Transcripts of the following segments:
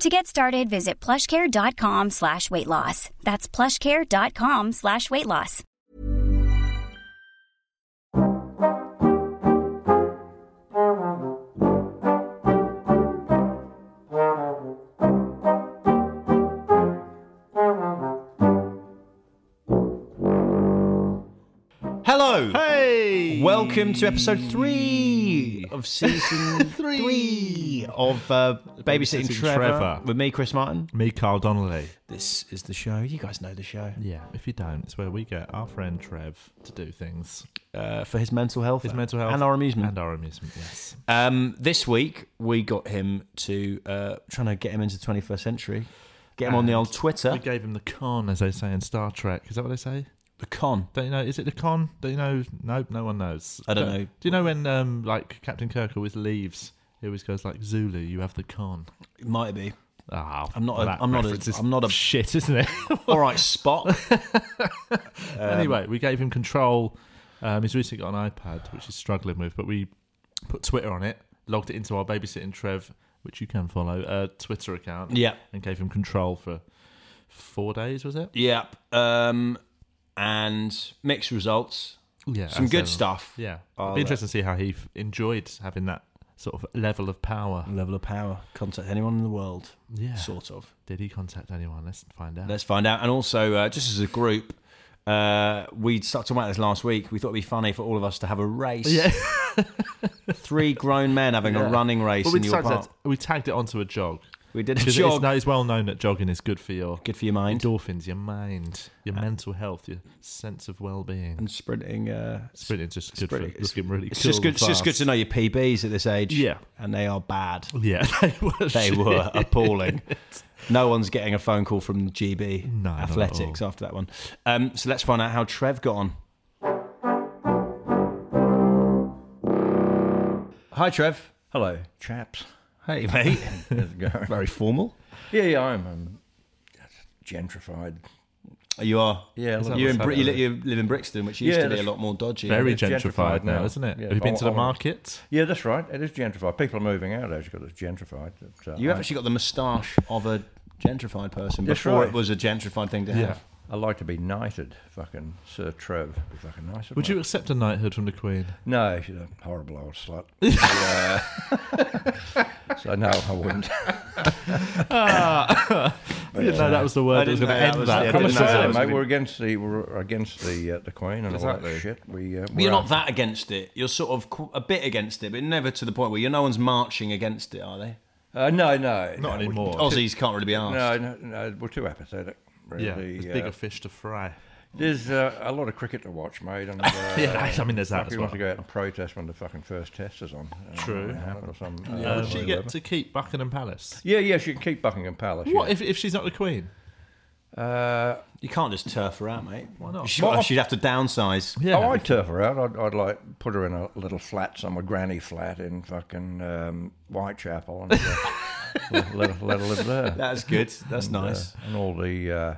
To get started, visit plushcare.com slash weight loss. That's plushcare.com slash weight loss. Hello. Hey! Welcome to episode three of season three, of uh, Babysitting, Babysitting Trevor, Trevor. with me, Chris Martin. Me, Carl Donnelly. This is the show. You guys know the show. Yeah, if you don't, it's where we get our friend Trev to do things. Uh, for his mental health, His mental health. and our amusement. And our amusement, yes. um, this week we got him to uh, trying to get him into the 21st century. Get him on the And old Twitter, We gave him the con, as they say in Star Trek. Is that what they say? the con. Don't you know? Is it the con? Don't you know? Nope, no one knows. I don't Do- know. Do you know when, um, like, Captain Kirk always leaves? He always goes like, Zulu, you have the con. It might be. Ah, I'm not a- that I'm not a- reference is I'm not a- shit, isn't it? All right, Spot. Um, anyway, we gave him control. Um, he's recently got an iPad, which he's struggling with, but we put Twitter on it, logged it into our babysitting Trev, which you can follow, uh, Twitter account. Yeah. And gave him control for four days, was it? yep. Um, and mixed results. Yeah. Some good so- stuff. Yeah. I'll, It'd uh, be interesting to see how he f- enjoyed having that sort of level of power. Level of power. Contact anyone in the world. Yeah. Mm, Sort of. Did he contact anyone? Let's find out. Let's find out. And also, uh, just as a group, uh, we started talking about this last week. We thought it'd be funny for all of us to have a race. yeah. Three grown men having a Yeah. running race But we, in your tagged park. that, we tagged it onto a jog. We did a 'Cause jog. It's, no, it's well known that jogging is good for your Good for your mind. endorphins, your mind, your mental health, your sense of well-being. And sprinting. Uh, Sprinting's just good sprinting- for looking really it's cool just good. and It's just good fast. to know your PBs at this age. Yeah. and they are bad. Yeah, they were. They were appalling. No one's getting a phone call from GB No, not at Athletics all. after that one. Um, so let's find out how Trev got on. Hi, Trev. Hello, chaps. Hey, mate. yeah, Very formal. yeah, I'm, um gentrified. You are. Yeah, Is look, that You're in what's Br- you, li- you happening? live in Brixton, which used Yeah, to be a that's lot more dodgy. Very It's gentrified, gentrified now, now. isn't it? Yeah, Have you been to the I- I- market? yeah, that's right. It is gentrified. People are moving out. They've got it's gentrified. But, uh, You have I- actually got the moustache of a gentrified person That's before right. it was a gentrified thing to have. I like to be knighted, fucking Sir Trev. Be fucking nice. Would you accept a knighthood from the Queen? No, she's a horrible old slut. Yeah. so no, I wouldn't. I didn't know that was the word that was didn't going to know that end was- that. I Yeah, didn't didn't know say that that, was mate. gonna- We're against the we're against the uh, the Queen and all Exactly. that shit. We uh, But you're we're not that against it. You're sort of qu- a bit against it, but never to the point where you're no one's marching against it, are they? Uh, no, no, no, Not we- anymore. Aussies can't really be asked. No, no, no, we're too apathetic. Really. yeah, there's Uh, bigger fish to fry. There's uh, a lot of cricket to watch, mate. And, uh, Yeah, I mean, there's that fuck, as you want to well. go out and protest when the fucking first test is on. uh, True. when it happened Or some, uh, Would she whatever. get to keep Buckingham Palace? Yeah, yeah, she can keep Buckingham Palace. What yeah. if, if she's not the Queen? Uh, You can't just turf her out, mate. Why not? She'd, Well, she'd have to downsize. Yeah. Oh, I'd turf her out. I'd, I'd like put her in a little flat, somewhere, granny flat in fucking um, Whitechapel, and uh, let, let her- let her live there. That's good. That's nice. Uh, and all the, uh,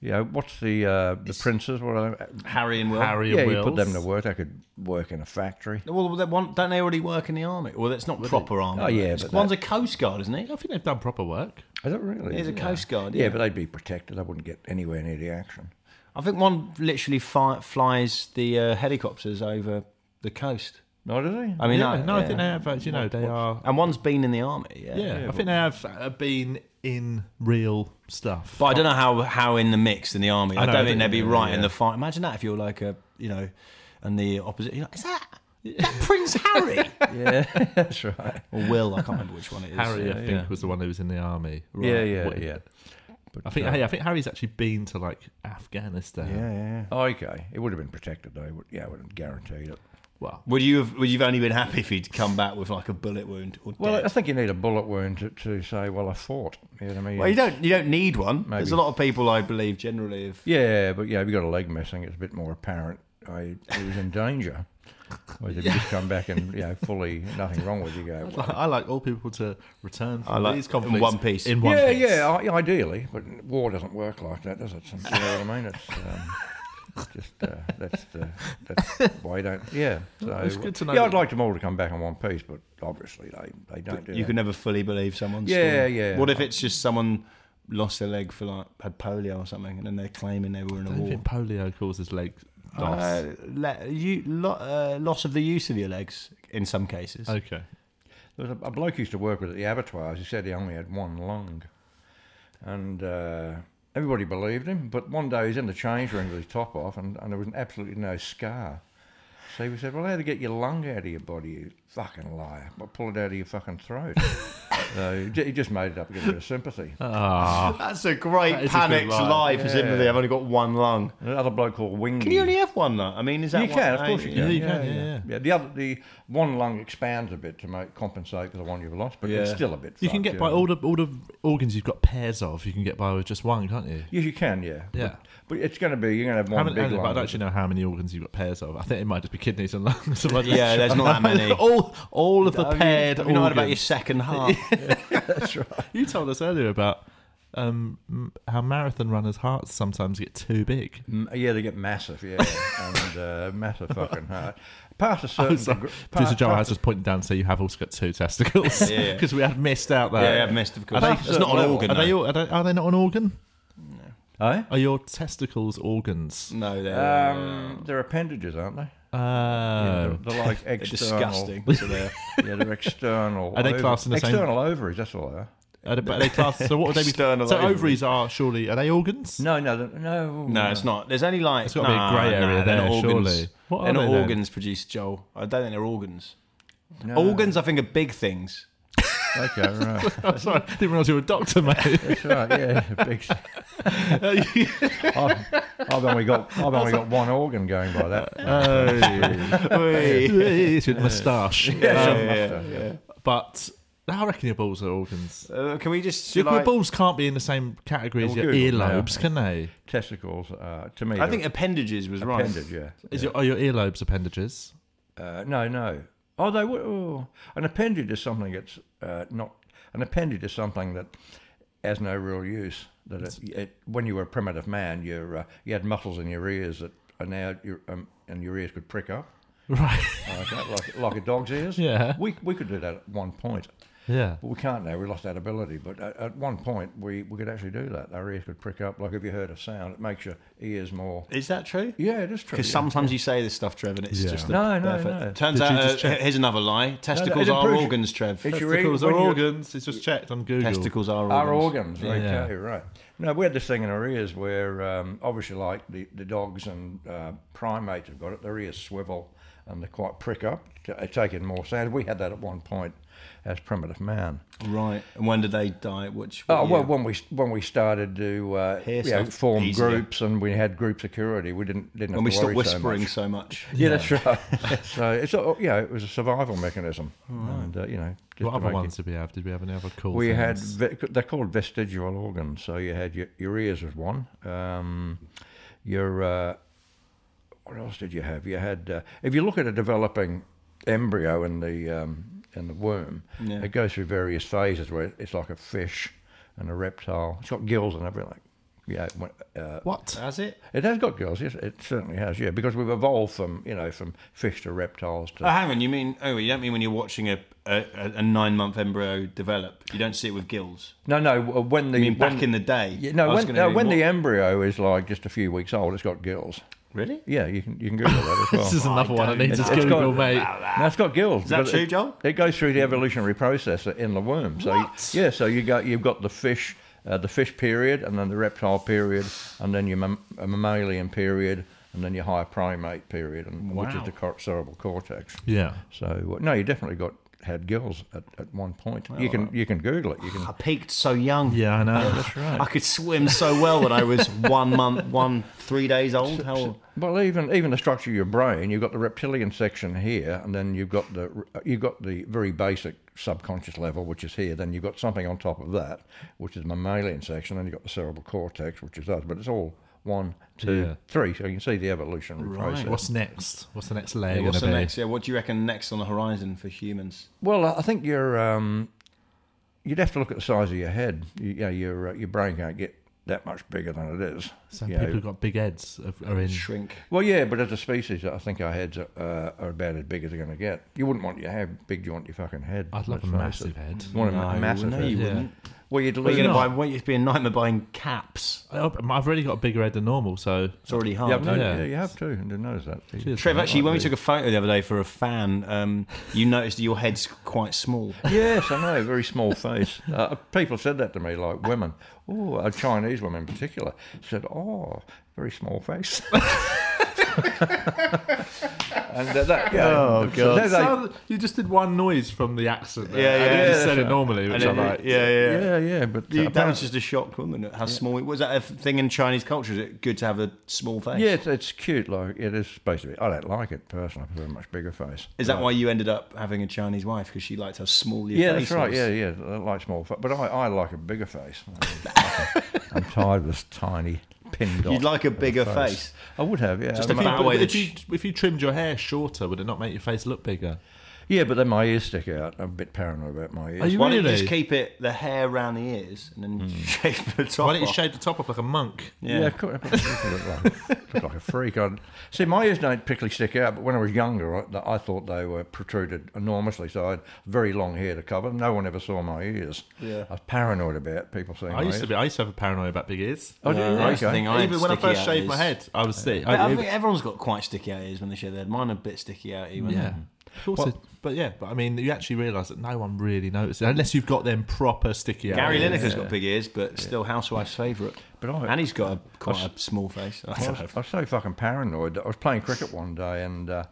you know, what's the uh, the princes? What are they? Harry and Will. Harry Yeah, and you put them to Wills. work. They could work in a factory. Well, they want, don't they already work in the army? Well, that's not proper army. Oh, yeah, It's- but one's a coast guard, isn't he? I think they've done proper work. Is it really? He's a coast guard. Yeah, but they'd be protected. They wouldn't get anywhere near the action. I think one literally fi- flies the uh, helicopters over the coast. Oh, did they? I mean, yeah, I, no, I yeah. think they have. uh, You know, they are. And one's been in the army. Yeah. Yeah, I think they have uh, been in real stuff. But I don't know how, how in the mix in the army. I, know, don't I think they'd don't be know, right in yeah. the fight. Imagine that if you're like a you know, and the opposite. You're like, is that that Prince Harry yeah, that's right. or Will? I can't remember which one it is. Harry, I yeah, think, yeah. was the one who was in the army. Yeah, yeah, What- yeah. I think. Hey, I think Harry's actually been to like Afghanistan. Yeah, yeah. Oh, Okay, it would have been protected though. Would- Yeah, I would have guaranteed it. Well, Would you have? Would you've only been happy if he'd come back with like a bullet wound or Well, I dead? think you need a bullet wound to, to say, well, I fought. You know what I mean? Well, you don't. You don't need one. There's Maybe. a lot of people I believe generally have. Yeah, but yeah, if you got a leg missing, it's a bit more apparent. I he was in danger. Whereas if you just come back and you know, fully nothing wrong with you, you go. well, I like all people to return I from like- these in conflicts one piece. In one yeah, piece. yeah, I, ideally, but war doesn't work like that, does it? You know what I mean? It's um, just uh, that's the that's why you don't. Yeah, so it's good to know Yeah, that- I'd like them all to come back in one piece, but obviously they they don't do You that. can never fully believe someone's. Yeah, story. yeah. What if it's just someone lost their leg for like had polio or something, and then they're claiming they were in a I don't war? think polio causes leg loss. Uh, le- you, lo- uh, loss of the use of your legs in some cases. okay. There was a, a bloke used to work with at the abattoirs. He said he only had one lung, and uh, everybody believed him. But one day he's in the change room with his top off, and, and there was absolutely no scar. So we said, "Well, how to get your lung out of your body? You fucking liar! Well, pull it out of your fucking throat." so he, ju- he just made it up to get a bit of sympathy. Ah, That's a great That is a panicked good lie. lie for sympathy. I've only got one lung. Another bloke called Wingy. Can you only have one lung? I mean, is that You one? can, of course, you yeah, can. you can, yeah, yeah. Yeah, the other, the one lung expands a bit to make compensate for the one you've lost, but it's Yeah. still a bit. you can fucked, get yeah. by all the all the organs you've got pairs of. You can get by with just one, can't you? Yes, you can, yeah. Yeah. But, but it's going to be you're going to have How one many, big I lung. don't actually know how many organs you've got pairs of. I think it might just be kidneys and lungs. or something like Yeah, that. there's not that many. all, all of the Have you- paired have you not heard about your organs. second heart? You told us earlier about um, m- how marathon runners' hearts sometimes get too big. M- Yeah, they get massive, yeah, and uh, massive fucking heart. Past a certain, So, degre- Producer past- Joe, I was past- just pointing down to say you have also got two testicles because Yeah. we had missed out that. Yeah, yeah, I've missed, of course. Are they- It's not an organ. Are they, though. all, are, they, are they not an organ? Eh? Are your testicles organs? No, they're, Um, they're appendages, aren't they? Oh. they're, they're like they're external. disgusting. so they're, Yeah, they're external. Are they ov- classed in the same- external ovaries? That's all they are. Are they, but are they classed, so what would they be? External so ovary. ovaries are surely are they organs? No, no, they're- no. no, it's not. There's only like It's gotta be a nah, grey nah, area they're not there, organs. surely. What are they're not they then? organs produced, Joel. I don't think they're organs. No. Organs, I think, are big things. Okay, right. I'm sorry, I didn't realise you were a doctor, mate. That's right. Yeah, big. I've, I've only got I've only got one organ going by that. Oh, it's your moustache. Yeah, Um, yeah, yeah. but I reckon your balls are organs. Uh, can we just? Your, your like- balls can't be in the same category as Well, your Google now. earlobes, can they? Testicles, uh, to me, I they're think appendages was right. appendage. Yeah. Is your, are your earlobes appendages? Uh, no, no. Oh, they would. Oh. An appendage is something that's uh, not. An appendage is something that has no real use. That it, it, when you were a primitive man, you uh, you had muscles in your ears that are now your, um, and your ears could prick up, Right. like, that, like like a dog's ears. Yeah. We we could do that at one point. Yeah. But we can't now. We lost that ability. But at, at one point, we, we could actually do that. Our ears could prick up. Like if you heard a sound, it makes your ears more. Is that true? Yeah, it is true. Because yeah. sometimes you say this stuff, Trev, and it's Yeah. just the No, no, perfect- no. Turns Did you out, uh, just check? here's another lie: testicles it are improves- organs, Trev. It's your Testicles ear- are when you- organs. It's just checked on Google. Testicles are organs. Our organs, Yeah. okay, right. No, we had this thing in our ears where, um, obviously, like the, the dogs and uh, primates have got it, their ears swivel and they're quite prick up, t- uh, taking more sound. We had that at one point as primitive man. Right. And when did they die? Which? Oh what well, year? when we when we started to uh, Hear you know, stuff form easier. groups and we had group security, we didn't didn't. when have we to stopped worry whispering so so much. much. Yeah, that's right. so it's a, yeah, it was a survival mechanism, and uh, you know, just What to other make it- ones did we have? Did we have any other cool We had things? ve- they're called vestigial organs. So you had your, your ears was one. Um, your uh, what else did you have? You had uh, if you look at a developing embryo in the um, in the womb, Yeah. it goes through various phases where it's like a fish and a reptile. It's got gills and everything. Yeah, it went- uh, What? Has it? it has got gills. Yes, it certainly has. Yeah, because we've evolved from you know from fish to reptiles to Oh, hang on. You mean? Oh, you don't mean when you're watching a a, a nine month embryo develop? You don't see it with gills. no no uh, when the I mean, when, back in the day. Yeah, I no, was when, gonna no, mean when what- the embryo is like just a few weeks old, it's got gills. Really? Yeah, you can you can Google that as well. This is another one that needs It's- its it's Google, got- mate. No, it's got gills. Is that because true, it- Joel? It goes through the evolutionary process in the worm. So What? You, yeah, so you got you've got the fish, uh, the fish period, and then the reptile period, and then your mam- uh, mammalian period, and then your higher primate period, and which is Wow. the cor- cerebral cortex. Yeah. So uh, no, you definitely got had gills at, at one point. you uh, can you can Google it. You can. I peaked so young. Yeah, I know. that's right. I could swim so well when I was one month, one three days old. How old? Well, even even the structure of your brain, you've got the reptilian section here, and then you've got the you've got the very basic subconscious level, which is here. Then you've got something on top of that, which is mammalian section. Then you've got the cerebral cortex, which is us. But it's all one, two, three. Yeah. So you can see the evolutionary process. What's next? What's the next layer What's the going to be? next? Yeah, what do you reckon next on the horizon for humans? Well, I think you're um, you'd have to look at the size of your head. You, you know, your uh, your brain can't get that much bigger than it is. Some you people know. who've got big heads are, are in. Shrink. Well, yeah, but as a species, I think our heads are, uh, are about as big as they're going to get. You wouldn't want your how big do you want your fucking head? I'd love a Let's face massive it. head. You want a ma- No, massive no, head. you Yeah. wouldn't. Well, you'd But lose. you're going to buy. Not- What, you'd be a nightmare buying caps. I- Oh, I've already got a bigger head than normal, so It's already you hard. have, no, Yeah. yeah. you have too. I didn't notice that. Cheers. Trev, actually, when we took a photo the other day for a fan, um, you noticed your head's quite small. yes, I know. Very small face. Uh, people said that to me, like women. Oh, a Chinese woman in particular said, "Oh, very small face." and uh, that, yeah, oh god, Sound- you just did one noise from the accent. There. Yeah, and yeah, You just that's said it right. normally, which I like. yeah, yeah, yeah, but uh, You- that was just a shock, wasn't it? How small it was. That a thing in Chinese culture? Is it good to have a small face? Yeah, it's, it's cute. Like it is supposed to be. I don't like it personally. I prefer a much bigger face. Is that why you ended up having a Chinese wife because she liked how small your Yeah, face that's right. was? Yeah, yeah. I like small, fa- but I, I like a bigger face. I'm- I'm tired of this tiny pin dot. You'd like a of bigger face. I would have. Yeah. Just I a mean- fat But way if that you if you trimmed your hair shorter, would it not make your face look bigger? yeah, but then my ears stick out. I'm a bit paranoid about my ears. Are you Why don't you really? just keep it the hair around the ears and then Hmm. shave the top? Why don't you off? shave the top off like a monk? yeah, of course. I look like, look like a freak. I'd, see, my ears don't particularly stick out, but when I was younger, I, I thought they were protruded enormously, so I had very long hair to cover. No one ever saw my ears. Yeah. I was paranoid about people seeing I my used ears. to be. I used to have a paranoia about big ears. Oh, do you? Yeah, that's the Okay. thing. I had Even when I sticky first out shaved my ears. head, I was sick. But I- I think everyone's got quite sticky out ears when they shave their head. Mine are a bit sticky outy. When yeah. Also, but yeah, but I mean, you actually realise that no one really notices it, unless you've got them proper sticky out. Gary ears. Lineker's got big ears, but still housewife's favourite. But I- and he's got a, quite a small face. I I don't was, know. I was so fucking paranoid. that I was playing cricket one day and uh,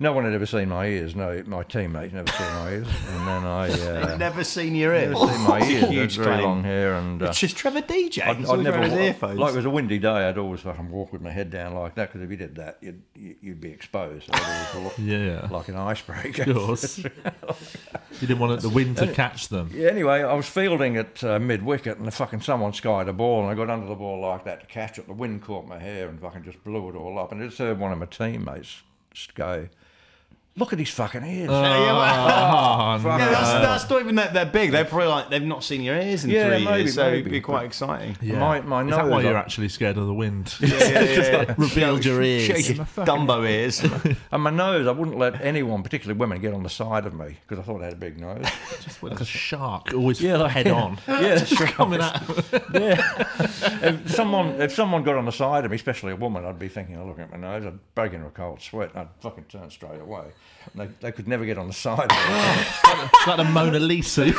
no one had ever seen my ears. No, my teammates never seen my ears. And then I uh, I've never seen your ears. never seen my It's a ears. I had huge very claim. long hair and. Uh, It's just Trevor DJ. I'd, He's I'd always never wearing his wa- earphones. like it was a windy day. I'd always fucking walk with my head down like that because if you did that, you'd you- you'd be exposed. I'd always look Yeah. like an icebreaker. Of course. you didn't want the wind to catch them. Yeah, anyway, I was fielding at uh, mid wicket and fucking someone skied a ball and I got under the ball like that to catch it. The wind caught my hair and fucking just blew it all up. And I just heard one of my teammates go, Look at his fucking ears. Yeah, yeah, well- Ah. Oh, no. Yeah, that's, that's not even that they're big. They're probably like they've not seen your ears in Yeah, three maybe, years, so it'd be maybe, quite but- exciting. Yeah. My- my Is that nose, why you're I- actually scared of the wind? Yeah, yeah, yeah. Revealed your ears. Shake your Dumbo ears. And my nose, I wouldn't let anyone, particularly women, get on the side of me because I thought I had a big nose. Like a shark, always Yeah, like- head on. yeah, that's right. Coming out. if someone if someone got on the side of me, especially a woman, I'd be thinking, oh, look at my nose, I'd break into a cold sweat, and I'd fucking turn straight away. And they, they could never get on the side of me. It's like the Mona Lisa.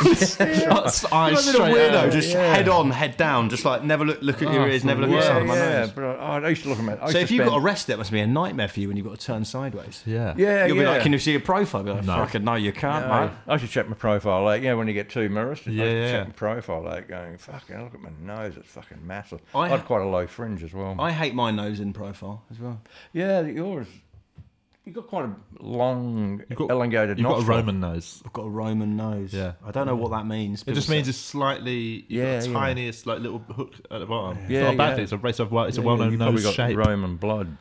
It's eyes You're a little straight weirdo, out. just head on, head down, just like never look look at your ears, never look Yeah, at the side yeah, of my yeah, nose. but I, I used to look at my. I used So to if you've spend- got arrested, that must be a nightmare for you when you've got to turn sideways. Yeah. Yeah, You'll yeah. be like, can you see a profile? Be like, no. fucking no, you can't, I, mate. I should check my profile out. You know, when you get two mirrors, I Yeah, should yeah. check my profile out, going, fucking, look at my nose, it's fucking massive. I- I had quite a low fringe as well. I hate my nose in profile as well. yeah, yours, you've got quite a long, got- elongated You've got a nostril. Roman nose. I've got a Roman nose. Yeah. I don't know what that means. It just means it's slightly, you've Yeah, got a yeah. tiniest like little hook at the bottom. Yeah, it's Yeah, not a bad yeah. thing. It's a, it's a, well- it's a Yeah, well-known you've probably nose got shape. Roman blood.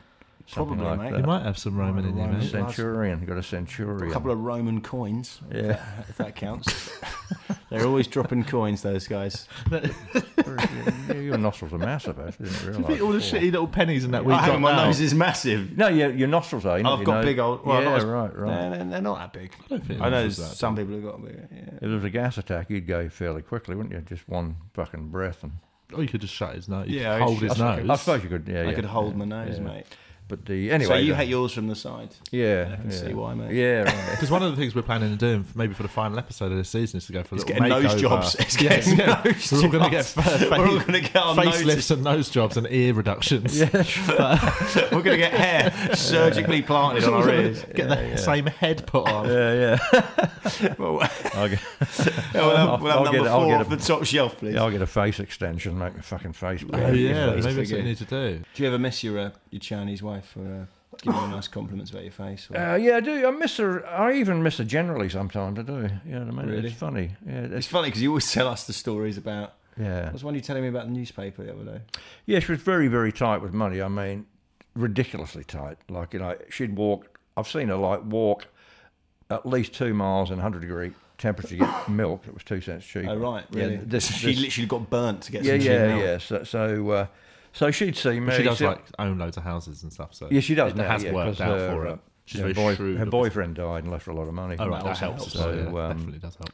something Probably, like mate. that. You might have some Roman in you, Roman. mate. Centurion. You got a centurion. a couple of Roman coins, yeah. if that counts. They're always dropping coins, those guys. Yeah, your nostrils are massive. Actually, I didn't realise. All the before. shitty little pennies and that we I got have my now. nose is massive. No, your, your nostrils are. you know, I've you got know- big old. Well, yeah, not as- right, right. They're, they're not that big. I, don't think know it's that some people have got bigger. Yeah. If there was a gas attack, you'd go fairly quickly, wouldn't you? Just one fucking breath, and Or Oh, you could just shut his nose. You Yeah, could I hold should- his I nose. I suppose you could. Yeah, I yeah. could hold my nose, mate. But the anyway, so you then- hate yours from the side. yeah, I can yeah. see why, mate. Yeah, right. Because one of the things we're planning on doing, maybe for the final episode of this season, is to go for a It's little getting makeover. nose jobs. It's getting nose We're all going to get jobs. fa- We're all gonna get our facelifts noses. and nose jobs and ear reductions. We're going to get hair surgically planted on our ears. Get the same head put on. yeah, Well, yeah. I'll get, we'll have, we'll have I'll number get it, I'll four get off it. the top shelf, please. yeah, I'll get a face extension, make my fucking face. Oh big. yeah, maybe Please that's what you forget. need to do. Do you ever miss your uh, your Chinese wife for uh, giving you nice compliments about your face? Or... Uh, yeah, I do. I miss her. I even miss her generally sometimes. I do. You know what I mean? Really? It's funny. Yeah, it's it's, funny because you always tell us the stories about. yeah. What was the one you telling me about the newspaper the other day? Yeah, she was very, very tight with money. I mean, ridiculously tight. Like, you know, she'd walk, I've seen her like walk at least two miles in 100 degree temperature to get milk. It was two cents cheaper. Oh right, Yeah, really? this- she this- literally got burnt to get yeah, some cheap yeah, milk. yeah. So, so, uh, so she'd see me. She does so- like own loads of houses and stuff. So yeah, she does It now. has yeah, worked 'cause out her, for uh, her. She's very her boy- shrewd. Her obviously. boyfriend died and left her a lot of money. Oh right, That that helps. helps. as well, So, yeah, um, definitely does help.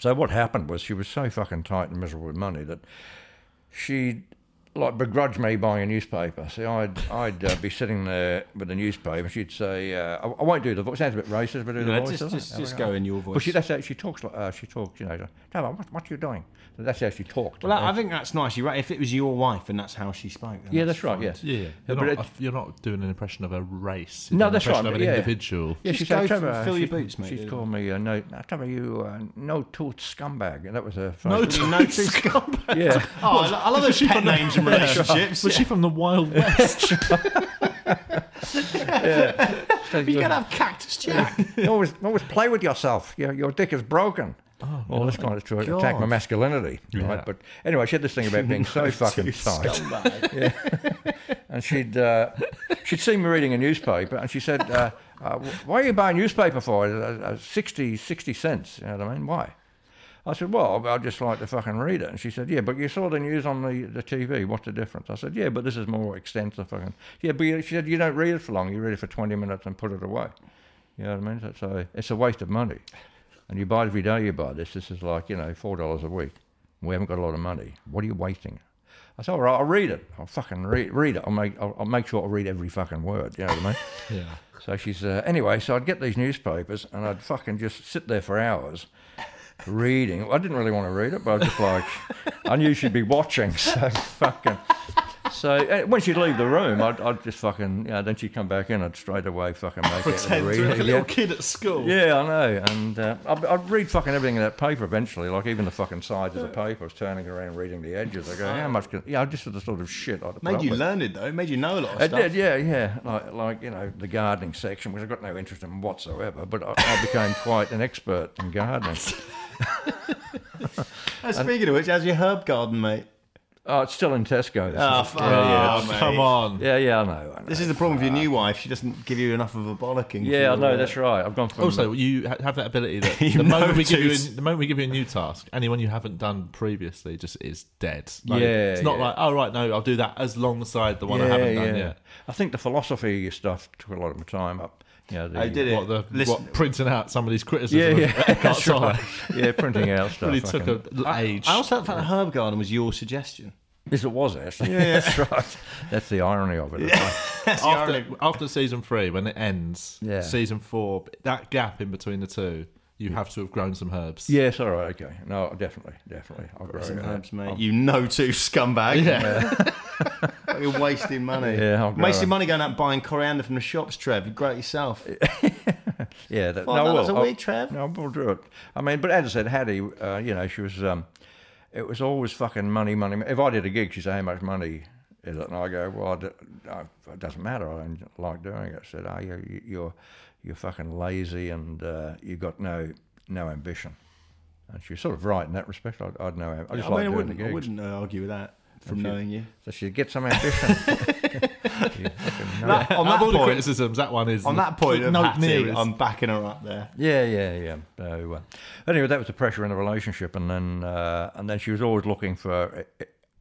So what happened was she was so fucking tight and miserable with money that she like begrudged me buying a newspaper. See, I'd I'd uh, be sitting there with a newspaper. and She'd say, uh, I, "I won't do the voice. Sounds a bit racist, but I do the No, voice." just- doesn't just- it? just go in your voice. Well, she that's how she talks. Like, uh, she talks, you know. like, Tell her what what are you doing? So that's how she talked. Well, I, I think that's nice. You're right. If it was your wife and that's how she spoke, then yeah, that's right. fine. Yes. Yeah, yeah. You're, but not, it- you're not doing an impression of a race. You're No, doing an that's right, impression Of an yeah. individual. Yeah, Just she go said, for- "Trevor," fill your she's- boots, mate. She's called me uh, no. I tell her you uh, no tooth scumbag, and that was her. No, phrase. No two scum. Yeah. Oh, I, lo- I love those pet names and relationships. Was she from the Wild West? You gotta have cactus jack. You always, you always play with yourself. Your, your dick is broken. All this kind of to attack my Oh, God. masculinity, Yeah. right? But anyway, she had this thing about being so fucking tight, and she'd uh, she'd see me reading a newspaper, and she said, uh, uh, "Why are you buying a newspaper for? Uh, uh, 60, 60 cents? You know what I mean? Why?" I said, "Well, I'd just like to fucking read it." And she said, "Yeah, but you saw the news on the, the TV. What's the difference?" I said, "Yeah, but this is more extensive." Fucking yeah, but you, she said, "You don't read it for long. You read it for twenty minutes and put it away." You know what I mean? So, so it's a waste of money. And you buy it every day. You buy this. This is like you know four dollars a week. We haven't got a lot of money. What are you wasting? I said, all right, I'll read it. I'll fucking read, read it. I'll make, I'll, I'll make sure I read every fucking word. You know what I mean? yeah. So she's uh, anyway. So I'd get these newspapers and I'd fucking just sit there for hours reading. I didn't really want to read it, but I was just like, I knew she'd be watching. So fucking. So uh, when she'd leave the room, I'd, I'd just fucking. You know, then she'd come back in. I'd straight away fucking make it and read it. Yeah. kid at school. Yeah, I know, and uh, I'd, I'd read fucking everything in that paper eventually. Like even the fucking sides of the paper, I was turning around, reading the edges. I go, how much? Can, yeah, just for the sort of shit. I'd put Made up you with. learn it though. Made you know a lot of I stuff. did, yeah, yeah. Like, like you know, the gardening section, which I've got no interest in whatsoever, but I, I became quite an expert in gardening. And Uh, speaking of which, how's your herb garden, mate? oh, it's still in Tesco. This Oh, is- fuck Oh, yeah, come mate. on. Yeah, yeah, I know. I know. This is the problem with your new wife. She doesn't give you enough of a bollocking. yeah, I for, know, uh, that's right. I've gone from. Also, you ha- have that ability that You the moment know we give you to- a, the moment we give you a new task, anyone you haven't done previously just is dead. Like, Yeah, it's not yeah. like oh right, no, I'll do that as alongside the one I haven't done yet. I think the philosophy stuff took a lot of my time up. Yeah, the, I did it. What the Listen, what printing out somebody's criticism? Yeah, of yeah, Eckhart that's Tolle. right. Yeah, printing out stuff. Really fucking- took a age. I also thought the herb garden was your suggestion. Yes, it was actually. Yeah, that's right. That's the irony of it. after, after season three, when it ends, Yeah. season four, that gap in between the two, you have to have grown some herbs. yes, all right, okay. No, definitely, definitely. I'll grow Some it. herbs, mate. you know two scumbag. Yeah. You're wasting money. Yeah, I'll grow wasting it. money going out and buying coriander from the shops, Trev. You grow it yourself. Yeah, that, Five dollars no, well, oh, a I'll- week, Trev. No, we'll do it. I mean, but as I said, Hattie, uh, you know, she was. Um, it was always fucking money, money. mo- If I did a gig, she'd say, "How much money is it?" And I go, "Well, I d- I- it doesn't matter. I don't like doing it." I said, "Ah, you, you- you're you're fucking lazy and uh, you've got no no ambition." And she was sort of right in that respect. I'd, I'd know. I just I, like mean, I doing wouldn't, the I gigs. wouldn't uh, argue with that from knowing you. So she get some ambition. You fucking know. on Out of that all the point, criticisms, that one is on that point of no Hattie, um, near us. I'm backing her up there. Yeah, yeah, yeah. So uh, anyway, that was the pressure in the relationship, and then uh, and then she was always looking for.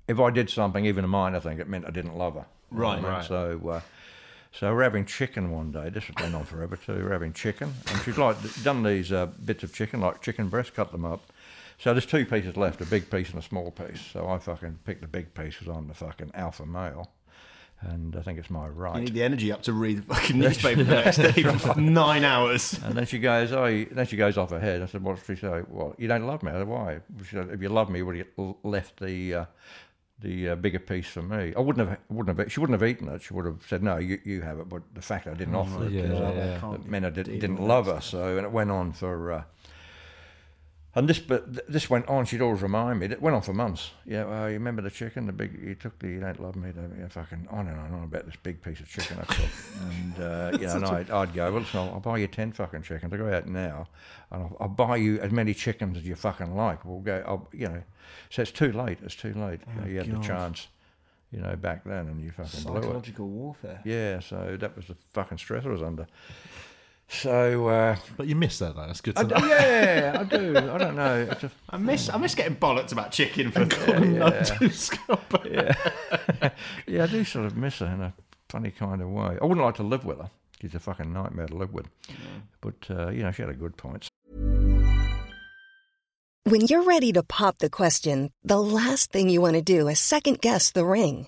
If I did something, even a minor thing, it meant I didn't love her. You know Right, what I mean? right. So. Uh, so we're having chicken one day. This has been on forever too. We're having chicken, and she'd like done these uh, bits of chicken, like chicken breast, cut them up. So there's two pieces left, a big piece and a small piece. So I fucking picked the big piece because I'm the fucking alpha male. and I think it's my You right. need the energy up to read the fucking newspaper the next day for nine hours. And then she goes, oh, then she goes off her head. I said, what? She said, well, you don't love me. I said, why? She said, if you love me, you would have l- left the uh, the uh, bigger piece for me. I wouldn't have, wouldn't have. She wouldn't have eaten it. She would have said, no, you, you have it. But the fact I didn't offer it, Mm, yeah, is, uh, yeah. that meant I didn't, didn't love her. So, and it went on for. Uh, and this, but th- this went on. She'd always remind me. It went on for months. Yeah, well, you remember the chicken, the big. You took the. You don't love me. Don't you? Fucking on and on and on about this big piece of chicken. I cooked. and uh, yeah, and I'd, I'd go. Well, listen, I'll, I'll buy you ten fucking chickens. I go out now, and I'll, I'll buy you as many chickens as you fucking like. We'll go. I'll, you know, so it's too late. It's too late. You, know, you had God. the chance, you know, back then, and you fucking blew it. Psychological warfare. Yeah, so that was the fucking stress I was under. So uh, But you missed that, though. That's good I to d- know. yeah, I do. I don't know. It's a, I miss I miss getting bollocks about chicken for Yeah, I do sort of miss her in a funny kind of way. I wouldn't like to live with her. She's a fucking nightmare to live with. But, uh, you know, she had a good points. When you're ready to pop the question, the last thing you want to do is second guess the ring.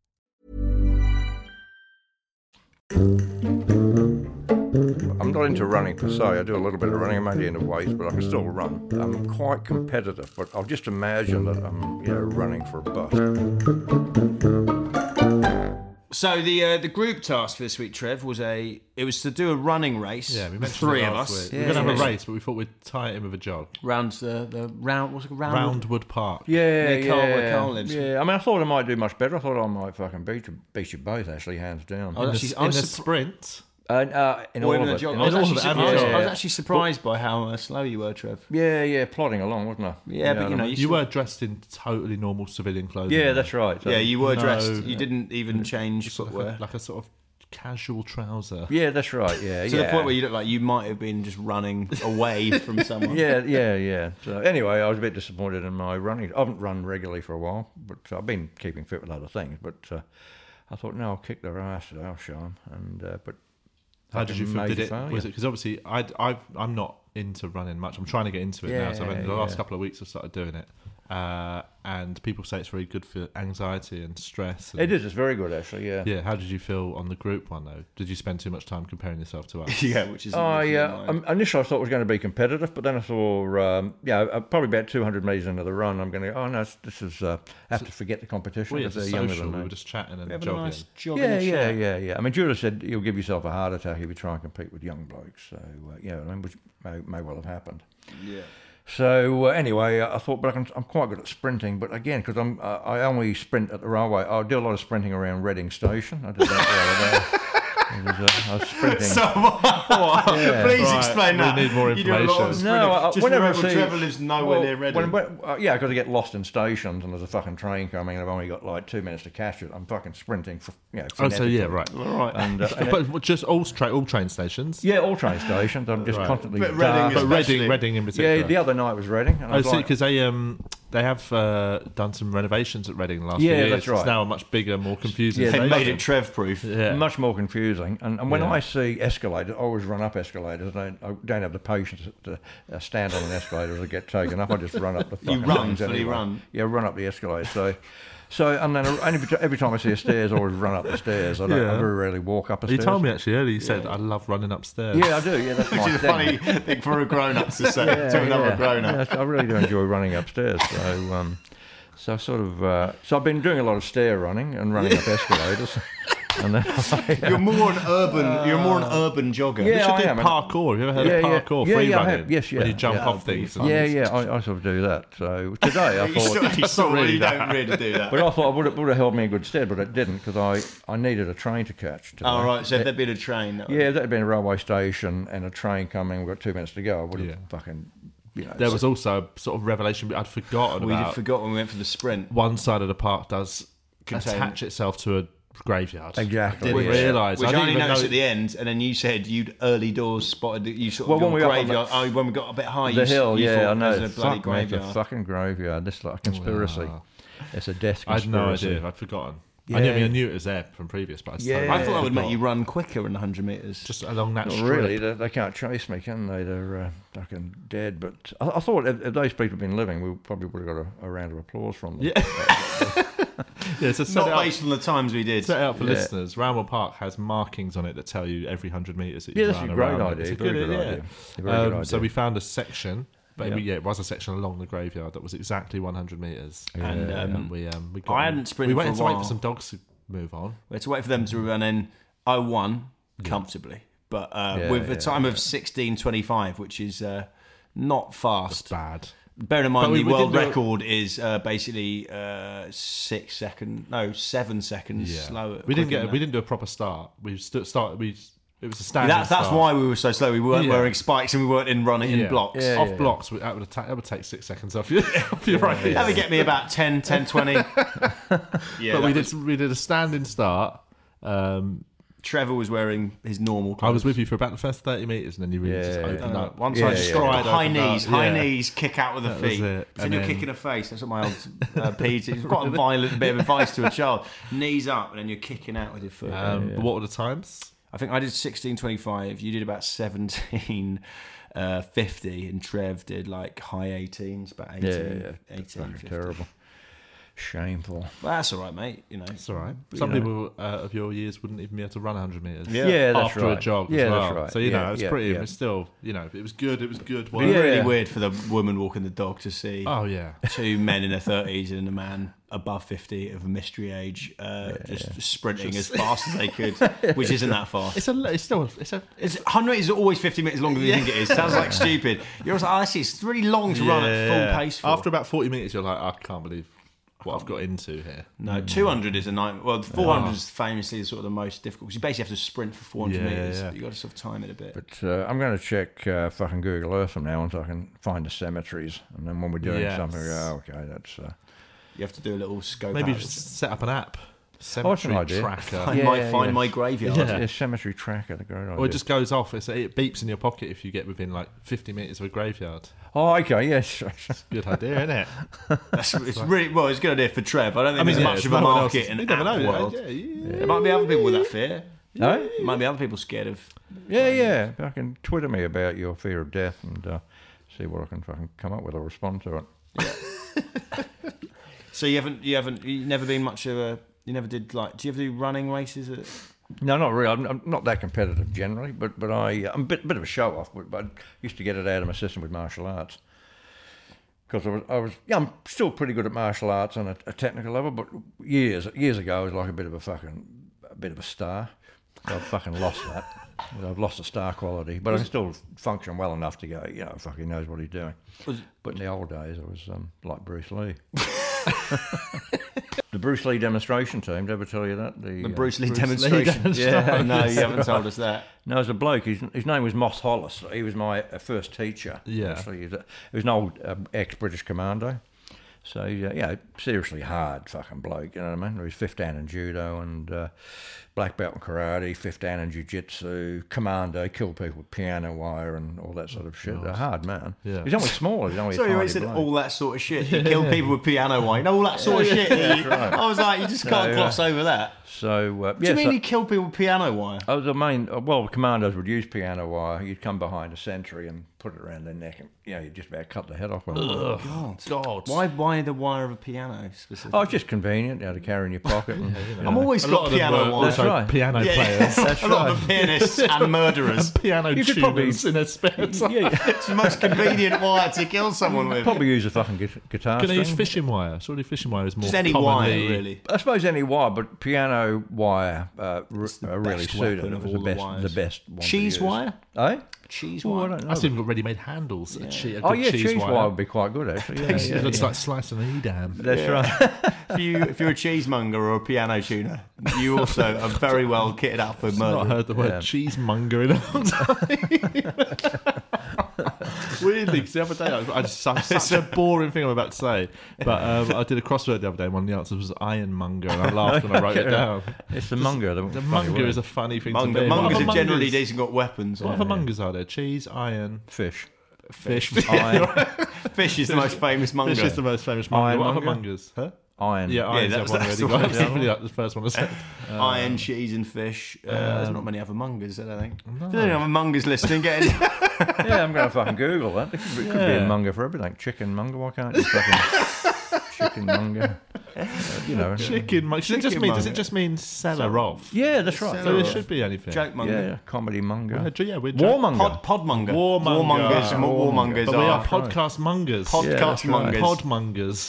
I'm not into running per se. I do a little bit of running. I'm only into weights, but I can still run. I'm quite competitive, but I'll just imagine that I'm, you know, running for a bus. So the uh, the group task for this week, Trev, was a it was to do a running race. Yeah, we the mentioned three it of last us Week. We're going to have a race, but we thought we'd tie it in with a jog. round the the round. What's it round? Roundwood Park. Um, Yeah, Near Carl- where yeah, Carl lives. yeah. I mean, I thought I might do much better. I thought I might fucking beat you, beat you both, actually, hands down. I was In, actually, the, I in was the surpri- sprint, and, uh, in or all in of a it. jog. In I was all of actually it. surprised. and all I of was it. actually surprised by how uh, slow you were, Trev. Yeah, yeah, plodding along, wasn't I? Yeah, but you know, you, you were dressed in totally normal civilian clothing. yeah, that's right. So- yeah, you were No. dressed. You didn't even change like a, footwear like a sort of casual trouser. Yeah, that's right. Yeah, to yeah. the point where you looked like you might have been just running away from someone. yeah, yeah, yeah. So anyway, I was a bit disappointed in my running. I haven't run regularly for a while, but uh, I've been keeping fit with other things. But uh, I thought, no, I'll kick their ass today. I'll show 'em. And uh, but How did you feel? Major Did it? failure. Was it because obviously I I've, I'm not into running much. I'm trying to get into it now. So I've only- the last couple of weeks I've started doing it, uh, and people say it's very good for anxiety and stress. And, it is. It's very good actually. Yeah. Yeah. How did you feel on the group one though? Did you spend too much time comparing yourself to us? yeah, which is Oh yeah. Um, initially, I thought it was going to be competitive, but then I saw, um, yeah, uh, probably about 200 metres into the run, I'm going to go, oh no, it's- this is. Uh, I have to forget the competition we, because it's a they're younger social. than We me. were just chatting and Having a jogging. nice jog in Yeah, the yeah, shed. uh, yeah, yeah. I mean, Judah said you'll give yourself a heart attack if you try and compete with young blokes. So uh, yeah, I mean, which may, may well have happened. Yeah. So uh, anyway, I I thought, but I can, I'm quite good at sprinting. But again, because I'm, uh, I only sprint at the railway. I do a lot of sprinting around Reading Station. I did that the other day. It was, uh, I was sprinting. So what? Please Right, explain we that. need more You do a lot of information. sprinting. no, I, I- just whenever I remember see- Trevor lives nowhere well, near Reading. When, when, uh, yeah, because I get lost in stations and there's a fucking train coming, and I've only got like two minutes to catch it. I'm fucking sprinting. For, you know, Oh, so yeah, frenetically. right. All right. And, uh, and it- But just all tra- all train stations. yeah, all train stations. I'm just constantly. But Reading dark. is But Especially- Reading, Reading in Yeah, particular. the other night was Reading. And I Oh, was see, like- because they um they have uh, done some renovations at Reading the last Yeah, few years. that's right. It's now a much bigger, more confusing. Yeah, They they made station. it Trev proof. Yeah. Much more confusing. And, and when Yeah. I see escalators, I always run up escalators. And I, I don't have the patience to uh, stand on an escalator to get taken up. I just run up the You fucking run, things fully anyway. run. Yeah, run up the escalator. So, so and then I- and every, every time I see a stairs, I always run up the stairs. I, don't, Yeah. I very rarely walk up a You stairs. told me actually earlier. You said I love running upstairs. Yeah, I do. Yeah, that's Which my is a thing. funny thing for a grown up to say Yeah, to another yeah. grown up. Yeah, I really do enjoy running upstairs. So, um, so I sort of, uh, so I've been doing a lot of stair running and running up escalators. and then I, You're more an urban. you're more an urban jogger. Yeah, You should I do am, and- parkour. Have you ever heard Yeah, yeah. of parkour? Yeah, free yeah, I running. have. Yes, When yeah. you jump Yeah, off that'd be things. fun. yeah, yeah, I, I sort of do that. So today I You sort thought, of- you sort of really really that. don't really do that. but I thought I would have, would have held me in good stead, but it didn't because I, I needed a train to catch. Today. All Oh, right, so if there'd been a train, that would- Yeah, if that had been a railway station and a train coming. We've got two minutes to go. I would have Yeah. fucking, you know, There was also a sort of revelation but I'd forgotten we about. forgot when we went for the sprint. One side of the park does Contain- attach itself to a graveyard. exactly. I didn't yeah. realise. Which I, I didn't only even noticed know- at the end, and then you said you'd early doors spotted that you sort of Well, well, when we got on the- graveyard. oh, when we got a bit high, you The s- hill, you yeah, thought I know. There's a bloody Fuck, mate, it's graveyard. a fucking graveyard. This is like a conspiracy. It's a death I had conspiracy. no idea. I'd forgotten. I knew. I mean, I knew it was there from previous, but I just Yeah. I thought that would make you run quicker in 100 meters. just along that Not strip. really, they, they can't chase me, can they? They're uh, fucking dead. But I, I thought if, if those people had been living, we probably would have got a, a round of applause from them. Yeah. yeah, so set it, not out, based on the times we did. set it out for Yeah. listeners. Ramble Park has markings on it that tell you every hundred meters that you Yeah, that's run a great around. idea, It's a very good, good idea. idea. A very good Um, So idea. we found a section, but Yeah. yeah. it was a section along the graveyard that was exactly one hundred meters. And, um, and we um, we got. I hadn't sprinted We waited for a to wait while. for some dogs to move on. We had to wait for them to run in. I won comfortably, but uh, Yeah, with a yeah, time of 16:25, which is uh, not fast. Bad. Bear in mind But we- the we world did do it- record is uh, basically uh, six second, no, seven seconds Yeah. slower. we didn't quicker get. than We that. didn't do a proper start. We st- started. We. It was a standing. That's that's start. why we were so slow. We weren't Yeah. wearing spikes and we weren't in running in Yeah. blocks. Yeah, off yeah. blocks. we- That would, ta- that would take six seconds off you. off your right. That would get me about 10, 10, 20. yeah, but that we was- did we did a standing start. Um, Trevor was wearing his normal I clothes. was with you for about the first thirty meters, and then you really just Yeah. opened No, up. One Yeah, side yeah, stride, yeah. high Open knees, up, high yeah. knees, kick out with the was feet. it. So And you're then- kicking a face. That's what my old uh, P did. It's quite a violent bit of advice to a child. Knees up, and then you're kicking out with your foot. Um, But what were the times? I think I did 16.25. You did about 17. Uh, 50 and Trev did like high 18s, about 18, Yeah, yeah, yeah. That's 18, fucking 50. terrible. Shameful. But that's all right, mate. You know, It's all right. Some people uh, of your years wouldn't even be able to run hundred meters. Yeah. Yeah, that's after right. a jog. Yeah, as well. that's right. So you Yeah, know, it's yeah, pretty. yeah. It's still, you know, it was good. It was good. work. It'd be really Yeah. weird for the woman walking the dog to see Oh yeah. two men in their thirties and a man above fifty of mystery age, uh, just sprinting as fast as they could, which isn't that fast. It's a. It's still. It's a. It's, 100 is always 50 minutes longer than you think it is. Sounds like stupid. You're also, oh, see, it's really long to run at Yeah. full pace for. After about forty meters, you're like, I can't believe what I've got into here. no, 200 is a nightmare. Well, 400 is famously sort of the most difficult because you basically have to sprint for 400 Yeah, meters. yeah. You've got to sort of time it a bit. But uh, I'm going to check uh, fucking Google Earth from now on so I can find the cemeteries. And then when we're doing Yes. something, we go, oh, okay, that's. Uh, You have to do a little scope. Maybe out. just set up Oh, an app, that's an cemetery idea. tracker. I Yeah, might yeah, find yeah. my graveyard. Yeah. yeah, cemetery tracker, the great idea. Or it just goes off. It's, it beeps in your pocket if you get within like 50 meters of a graveyard. oh, okay, yes. Good idea, isn't it? That's, it's really well. It's a good idea for Trev. I don't think mean, there's yeah, much it's of a no one market else's- in you the never know, yeah, world. yeah, yeah. There might be other people with that fear. no? There might be other people scared of. Yeah, yeah. Fucking Twitter me about your fear of death and uh, see what I can fucking come up with or respond to it. So you haven't, you haven't, you never been much of a. You never did like. Do you ever do running races? At, No, not really. I'm, I'm not that competitive generally, but but I I'm a bit, bit of a show off. But, but I used to get it out of my system with martial arts because I was I was yeah I'm still pretty good at martial arts on a, a technical level, but years years ago I was like a bit of a fucking a bit of a star. So I've fucking lost that. I've lost the star quality, but I can still function well enough to go. You know, fucking knows what he's doing. But in the old days, I was um, like Bruce Lee. the Bruce Lee demonstration team. Did I ever tell you that? The, the uh, Bruce Lee demonstration. yeah, no, you haven't told us that. no, as a bloke, his, his name was Moss Hollis. He was my uh, first teacher. Yeah. actually. he was, a- he was an old um, ex-British commando. So uh, yeah, seriously hard fucking bloke. You know what I mean? He was fifth down in judo and uh, black belt in karate, fifth dan in jiu-jitsu, commando, kill people with piano wire and all that sort of shit. A hard man. Yeah. He's only smaller. He's only a Sorry, you tiny said bloke. all that sort of shit. You kill people with piano wine, all that sort of shit. that's right. I was like, you just can't yeah. gloss over that. So, uh, Do yeah, you mean so- he killed people with piano wire? I was the main. uh, Well, commandos would use piano wire. You'd come behind a sentry and put it around their neck, and you know, you'd just about cut the head off. One. Oh, God. God. Why, why the wire of a piano specifically? it's just convenient. You know, to carry in your pocket. And, you I'm know. always A got lot of them piano were wire. That's also right. piano Yeah, players. yeah. a lot of pianists and murderers. Piano You could tuners in their spare time. Yeah, you It's the most convenient wire to kill someone with. probably use a fucking gu- guitar. Can they use string. fishing wire? Surely fishing wire is more Just any commonly... wire, really. I suppose any wire, but piano wire uh, r- uh, really best suited. weapon It of was all the the best, wires. the best one. to Cheese use. wire? Eh? Cheese Oh, I wire. don't know. That's even got ready-made handles. A che- a Oh good yeah, cheese, wire. wire. would be quite good actually. Yeah, yeah, It looks yeah. like slicing an edam. That's right. If, you, if you're a cheesemonger or a piano tuner, you also are very well kitted out for I've murder. not heard the word Yeah. cheesemonger in a long time. Weirdly, 'cause the other day I, was- I just I'm such a boring thing I'm about to say, but um, I did a crossword the other day. and One of the answers was ironmonger, and I laughed when I wrote it down. It's the munger. The, The funny monger word. is a funny thing to Munger, be. What mungers other are generally mungers- decent, got weapons. What other mungers are there? Cheese, iron, fish. fish. Iron, Fish is the most famous Fish munger. is the most famous monger. Iron what other monger? mungers? Huh? iron. Yeah, iron's that's- the one that's already. the one. That's definitely like the first one I said. Iron, cheese, and fish. Uh, there's not many other mungers, I don't think. If there's any other mungers listening, get in. Yeah, I'm going to fucking Google that. It could be, it could be a Yeah. monger for everything. Chicken monger. Why can't you fucking chicken monger? You know. Chicken monger. Does it just Chicken mean? Does it monger. just mean seller off? Yeah, that's right. So it should be anything. Joke Yeah, yeah, monger. comedy monger. Uh, yeah, we're joke- Warmonger. Pod, podmonger. Warmonger. Warmongers. Yeah, more warmonger. warmongers But we are are. podcast mongers. Yeah, that's Podcast right. mongers.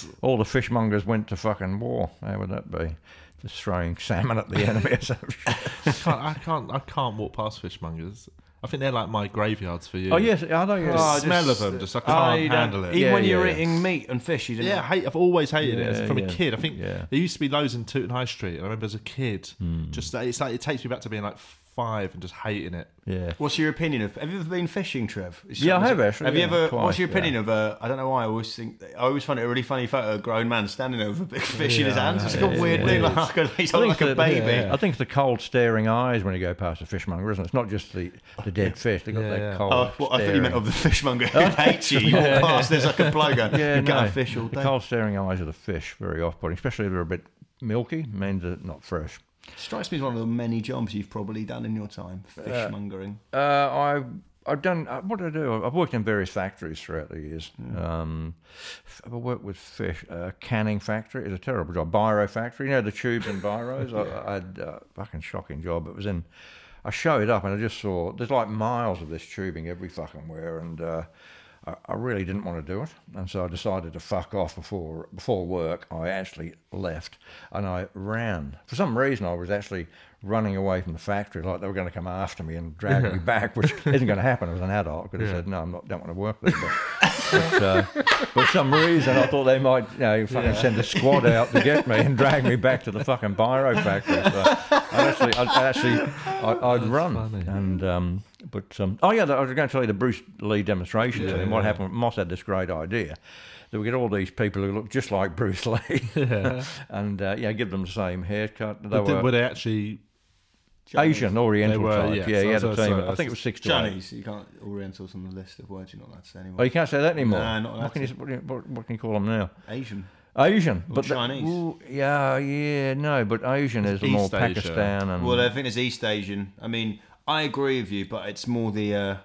Podmongers. All the fishmongers went to fucking war. How would that be? Just throwing salmon at the enemy or something. I can't, I can't. I can't walk past fishmongers. I think they're like my graveyards for you. oh, yes, I know. The Yes. Oh, I smell just- of them. Just I Oh, can't you don't- handle it. Even Yeah, when yeah, you're yeah. eating meat and fish, you didn't. Yeah, I hate, I've always hated it Yeah, as from yeah. a kid. I think Yeah. Hmm. there used to be loads in Tooting High Street. I remember as a kid, just that- it's like it takes me back to being like five and just hating it. Oh, Yeah. What's your opinion of? Have you ever been fishing, Trev? It's- Yeah, I have actually, Have you yeah, ever? twice, what's your opinion yeah. of? Uh, I don't know why I always think I always find it a really funny photo of a grown man standing over a big fish in his hands. It's got a weird thing, like, he's like a the- baby. I think it's the cold staring eyes when you go past a fishmonger, isn't it? It's not just the, the dead fish. They've got Yeah, that yeah. cold. Oh, what, I thought you staring- meant of the fishmonger who hates you. You walk past, there's like a bloke going, Yeah, you got no. a fish all The day. cold staring eyes of the fish very off-putting, especially if they're a bit milky, means they're not fresh. Strikes me as one of the many jobs you've probably done in your time, fishmongering. Uh, I I've done uh, what did I do? I've worked in various factories throughout the years. Um, f- I've worked with fish. Uh, canning factory is a terrible job. Biro factory, you know the tubes and biros. I, I had a fucking shocking job. It was in. I showed up and I just saw there's like miles of this tubing every fucking where, and uh, I, I really didn't want to do it, and so I decided to fuck off before before work. I actually left and I ran. For some reason, I was actually running away from the factory, like they were going to come after me and drag me back, which isn't going to happen as an adult. I could have said, "No, I'm not. Don't want to work there." But, but, uh, for some reason, I thought they might, you know, fucking send a squad out to get me and drag me back to the fucking biro factory. So I actually, I I actually, I, I'd run and. Um, but um, oh yeah, I was going to tell you the Bruce Lee demonstration. to him. What happened? Moss had this great idea that we get all these people who look just like Bruce Lee, and uh, yeah, give them the same haircut. They But did, were were they actually? Asian Oriental They were, yeah, type. Yeah, so- he had so- a team. so- I think it was six to eight. Johnny's, you can't, Oriental's on the list of words you're not allowed to say anymore. Oh, you can't say that anymore. No, not allowed what, can you, to. what, do you- what, what can you call them now? Asian. Asian, but the- Chinese. ooh, yeah, yeah, no, but Asian is more East Asia. Pakistan and Well, I think it's East Asian. I mean, I agree with you, but it's more the, uh,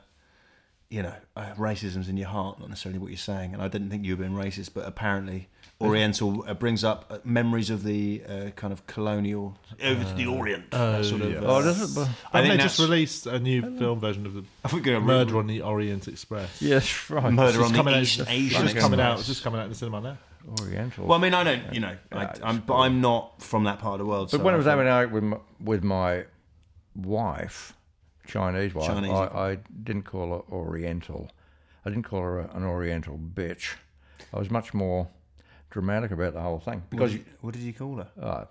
you know, uh, racism's in your heart, not necessarily what you're saying. And I didn't think you were being racist, but apparently Oriental uh, brings up uh, memories of the uh, kind of colonial. Over to the Orient. that sort of, uh, oh, does it? Well, I And think they just that's- released a new film version of the I think we're gonna- Murder on the Orient Express. yes, right. Murder It's on coming the out. East It's Asian. just coming out. It's just coming out in the cinema now. Oriental. Well, I mean, I don't, you know, I, I'm, but I'm not from that part of the world. but so when I I was think- having out with my, with my wife, Chinese wife, Chinese. I, I didn't call her Oriental. I didn't call her an Oriental bitch. I was much more dramatic about the whole thing what because did, you, what did you call her? uh,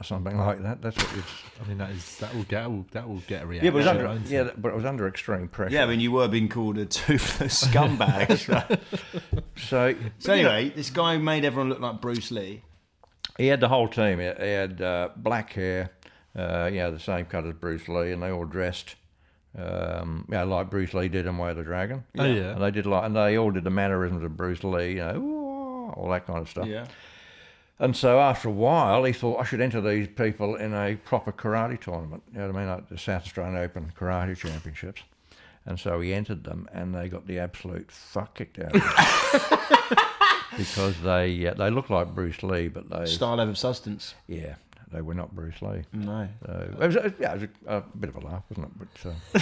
or something like that. That's what it's. I mean, that is that will get that will get a reaction. Yeah, but it was under, won't it? yeah, but it was under extreme pressure. Yeah, I mean, you were being called a toothless scumbag. So, So anyway, this guy made everyone look like Bruce Lee. He had the whole team. He he had uh, black hair, uh, you know, the same cut as Bruce Lee, and they all dressed, um, you know, like Bruce Lee did in Way of the Dragon. Oh, yeah. And they did like, and they all did the mannerisms of Bruce Lee, you know, "Ooh, ah," all that kind of stuff. Yeah. And so after a while, he thought I should enter these people in a proper karate tournament. You know what I mean? Like the South Australian Open Karate Championships. And so he entered them, and they got the absolute fuck kicked out of them because they uh, they look like Bruce Lee, but they Style over substance. yeah they were not Bruce Lee. No. So it was, uh, yeah, it was a, a bit of a laugh, wasn't it? But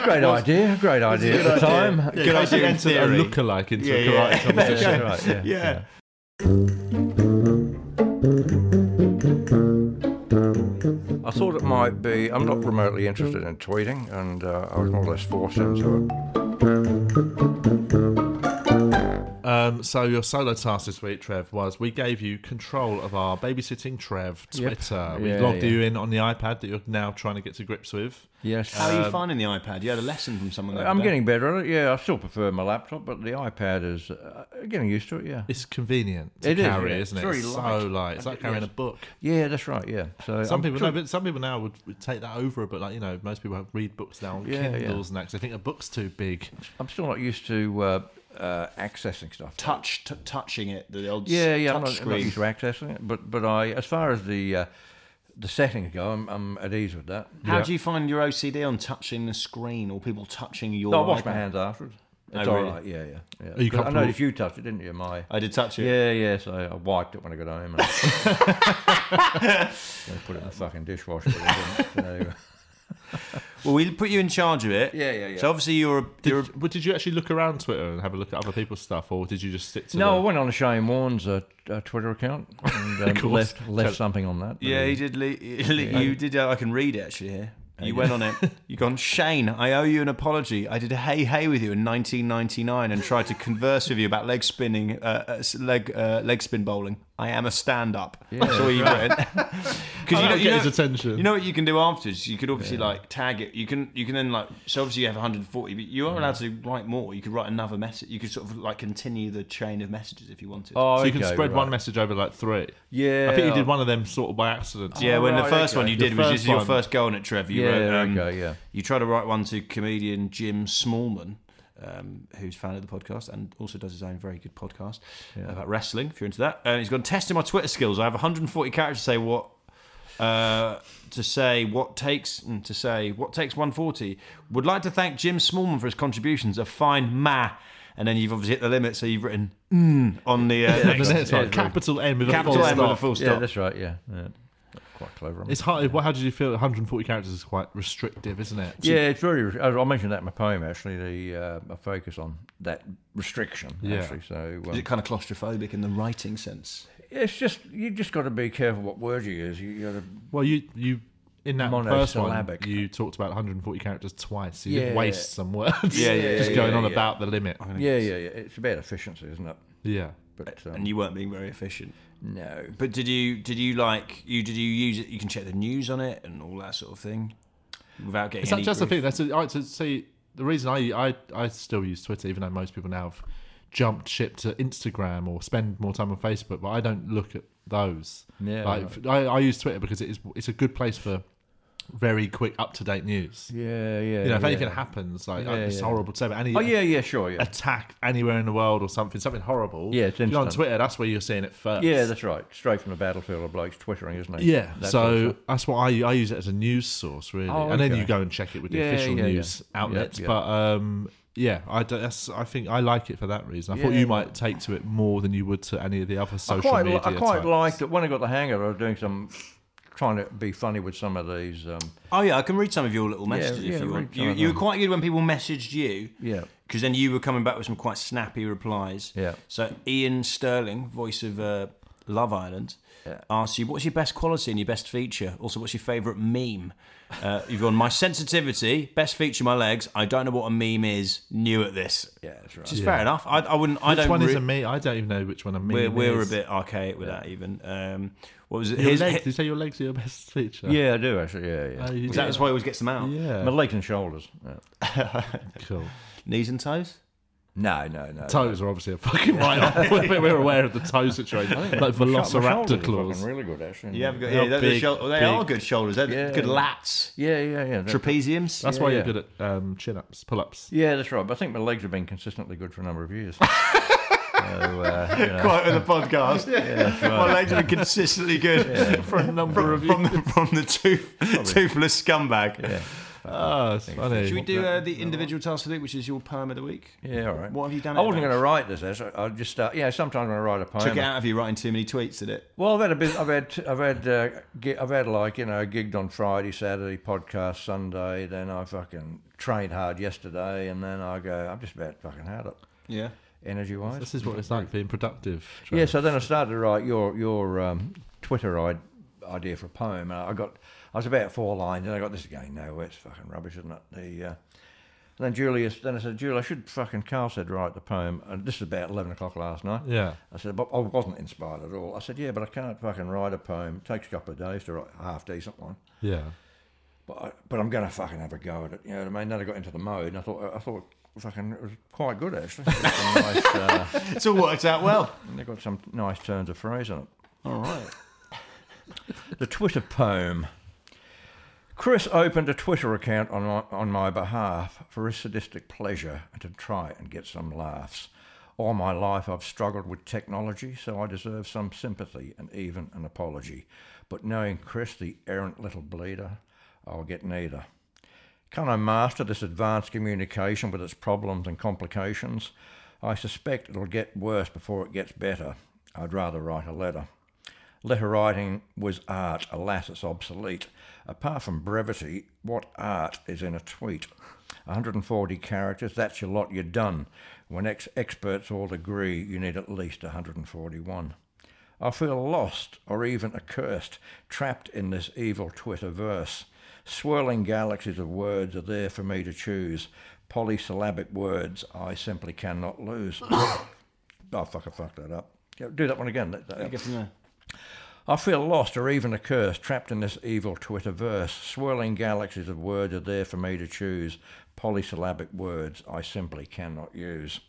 uh, great idea, great idea at the time. Yeah, you idea in entered theory. a lookalike into a Yeah, yeah. karate competition. Yeah, right, yeah. Yeah. I thought it might be. I'm not remotely interested in tweeting, and uh, I was more or less forced into it. Um, so your solo task this week, Trev, was we gave you control of our babysitting Trev Twitter. We Yeah, logged yeah. you in on the iPad that you're now trying to get to grips with. Yes. Uh, How are you finding the iPad? You had a lesson from someone. uh, the Um, I'm other day. getting better at it. Yeah, I still prefer my laptop, but the iPad is uh, getting used to it. Yeah. It's convenient to It is, carry, yeah. isn't it? It's very It's light. so light. It's like carrying a book. Yeah, that's right. Yeah. So Some I'm people, tr- no, but some people now would, would take that over a bit. Like you know, most people have read books now on Yeah, yeah. Kindles and that 'cause they think a book's too big. I'm still not used to uh, uh, accessing stuff. touch t- touching it. The old s- Yeah, yeah. touch I'm not, I'm not screen. used to accessing it, but but I, as far as the uh, the settings go, I'm, I'm at ease with that. How do you find your OCD on touching the screen or people touching your? No, I wash iPad? my hands afterwards. Oh, It's all right. really? Yeah, yeah. yeah. Are you But I comfortable- Oh, noticed you touched it, didn't you? My. I did touch it. Yeah, yeah. So I wiped it when I got home. And I put it in the fucking dishwasher. but I didn't, so- Well, we put you in charge of it. Yeah, yeah, yeah. So obviously you're a, Did, you're a, well, did you actually look around Twitter and have a look at other people's stuff, or did you just stick to? No, I the- went on to Shane Warne's uh, uh, Twitter account and um, course. left left something on that. yeah. He did. Le- You did. Uh, I can read it actually here. You went on it. You gone, Shane. I owe you an apology. I did a hey hey with you in 1999 and tried to converse with you about leg spinning, uh, uh, s- leg uh, leg spin bowling. I am a stand up. That's all you've written. Because Oh, that'll get his attention. You know what you can do afterwards. You could obviously like tag it. You can you can then like so obviously you have 140, but you are allowed to write more. You could write another message. You could sort of like continue the chain of messages if you wanted. Oh, So you can okay, spread right. one message over like three. Yeah, I think you did one of them sort of by accident. Yeah, when the right, first okay. one you Your did was first just your one. first go on it, Trev. You Yeah, wrote, um, okay, yeah. You tried to write one to comedian Jim Smallman, um, who's fan of the podcast and also does his own very good podcast about wrestling. If you're into that, uh, he's gone testing my Twitter skills. I have 140 characters to say what. Uh, to say what takes mm, to say what takes 140 would like to thank Jim Smallman for his contributions a fine ma and then you've obviously hit the limit so you've written mm, on the uh, And next then it's Yeah, like yeah. capital M with capital a full M stop. with a full Yeah, stop that's right. Yeah, yeah. quite clever. I mean. It's hard. How did you feel? 140 characters is quite restrictive, isn't it? yeah, it's very. I I mentioned that in my poem actually. The uh, I focus on that restriction Yeah. actually. So is um, it kind of claustrophobic in the writing sense it's just you just got to be careful what word you use. You, you got to Well, you you in that first one, Monosyllabic. you talked about 140 characters twice. You Yeah. did waste some words. Yeah, yeah, just yeah, going yeah, on yeah. about the limit. yeah, yeah, yeah. It's about efficiency, isn't it? Yeah. But um, and you weren't being very efficient. no, But did you did you like you did you use it? You can check the news on it and all that sort of thing without getting. Is that any just the grief? thing? That's a, I, to see the reason I, I I still use Twitter, even though most people now have jumped ship to Instagram or spend more time on Facebook, but I don't look at those. Yeah, Like f- right. I, I use Twitter because it is it's a good place for very quick up to date news. yeah, yeah. You know, if yeah. anything happens, like Yeah, it's yeah. horrible to say, but any Oh yeah, yeah, sure, yeah, attack anywhere in the world or something, something horrible. Yeah, it's you know, on instant. Twitter, that's where you're seeing it first. yeah. That's right. Straight from the battlefield of blokes twittering, isn't it? yeah. That sort of so stuff. that's what I I use it as a news source really, Oh, and then okay. you go and check it with the Yeah, official yeah, yeah. news Yeah, outlets. yeah. But um, yeah, I don't- that's I think I like it for that reason. I thought Yeah, you yeah. might take to it more than you would to any of the other social I quite, li- media. I quite types. liked it when I got the hang of it. I was doing some, trying to be funny with some of these. Um, Oh yeah, I can read some of your little messages yeah, if you read want. some You, of you were them. quite good when people messaged you. Yeah. Because then you were coming back with some quite snappy replies. Yeah. So Ian Sterling, voice of uh, Love Island, asked you, "What's your best quality and your best feature? Also, what's your favourite meme?" Uh, you've gone, "My sensitivity, best feature, my legs. I don't know what a meme is. New at this." yeah, that's right. Which is fair enough. I, I wouldn't. I Which don't. one is re- a me? I don't even know which one a me. We're, we're a is. bit archaic with that even. Um, what was it? Your His- legs. Did hi- you say your legs are your best feature? Yeah, I do actually. Yeah, yeah. Oh, you Is that did. Uh, that's why he always gets them out? yeah. My legs and shoulders. Yeah. Cool. Knees and toes. No, no, no. Toes are obviously a fucking right off. We're, we're aware of the toe situation. Like My shou- my shoulders velociraptor are claws. Fucking really good, actually. You have got, They are yeah, they're big, shoul- they big. are good shoulders. They're Yeah. good lats. Yeah, yeah, yeah. They're- Trapeziums. That's why you're yeah. good at um, chin ups, pull ups. Yeah, that's right. But I think my legs have been consistently good for a number of years. so, uh, you know. quote of the podcast. My legs are consistently good for a number of from, the, from the tooth, toothless scumbag. Oh, it's funny. Should we do uh, the individual task of the week, which is your poem of the week? Yeah, all right. What have you done I it wasn't about? going to write this. as I I just start. Yeah, sometimes when I write a poem, Took it out of you writing too many tweets, did it? Well, I've had a bit. I've had. I've had. Uh, gi- I've had like you know, gigged on Friday, Saturday, podcast Sunday. Then I fucking trained hard yesterday, and then I go. I'm just about fucking had it, Yeah. energy wise. This is what it's like being productive. Trev. Yeah, so then I started to write your your um, Twitter I- idea for a poem, and I got I was about four lines, and I got this again. No, it's fucking rubbish, isn't it? The uh, and then Julius, then I said, Julie, I should fucking. Carl said write the poem, and this is about eleven o'clock last night. Yeah. I said, but I wasn't inspired at all. I said, yeah, but I can't fucking write a poem. It takes a couple of days to write a half decent one. Yeah. But I, but I'm gonna fucking have a go at it. You know what I mean? Then I got into the mode, and I thought I thought fucking it was quite good actually. It's got some nice, uh, It's all worked out well. they got some nice turns of phrase in it. All right. The Twitter poem. Chris opened a Twitter account on my, on my behalf for his sadistic pleasure and to try and get some laughs. All my life I've struggled with technology, so I deserve some sympathy and even an apology. But knowing Chris, the errant little bleeder, I'll get neither. Can I master this advanced communication with its problems and complications? I suspect it'll get worse before it gets better. I'd rather write a letter. Letter writing was art, alas, it's obsolete. Apart from brevity, what art is in a tweet? 140 characters, that's your lot, you're done. When ex- experts all agree, you need at least 141. I feel lost or even accursed, trapped in this evil Twitter verse. Swirling galaxies of words are there for me to choose. Polysyllabic words I simply cannot lose. oh, fuck, I fucked that up. Yeah, Do that one again. That- that- I feel lost or even accursed, trapped in this evil Twitterverse. Swirling galaxies of words are there for me to choose, polysyllabic words I simply cannot use.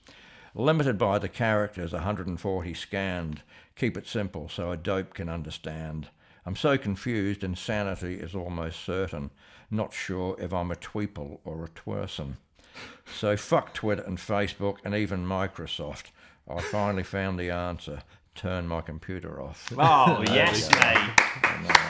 Limited by the characters, 140 scanned. Keep it simple so a dope can understand. I'm so confused, insanity is almost certain. Not sure if I'm a tweeple or a twerson. So fuck Twitter and Facebook and even Microsoft. I finally found the answer. Turn my computer off. Oh, yes, mate.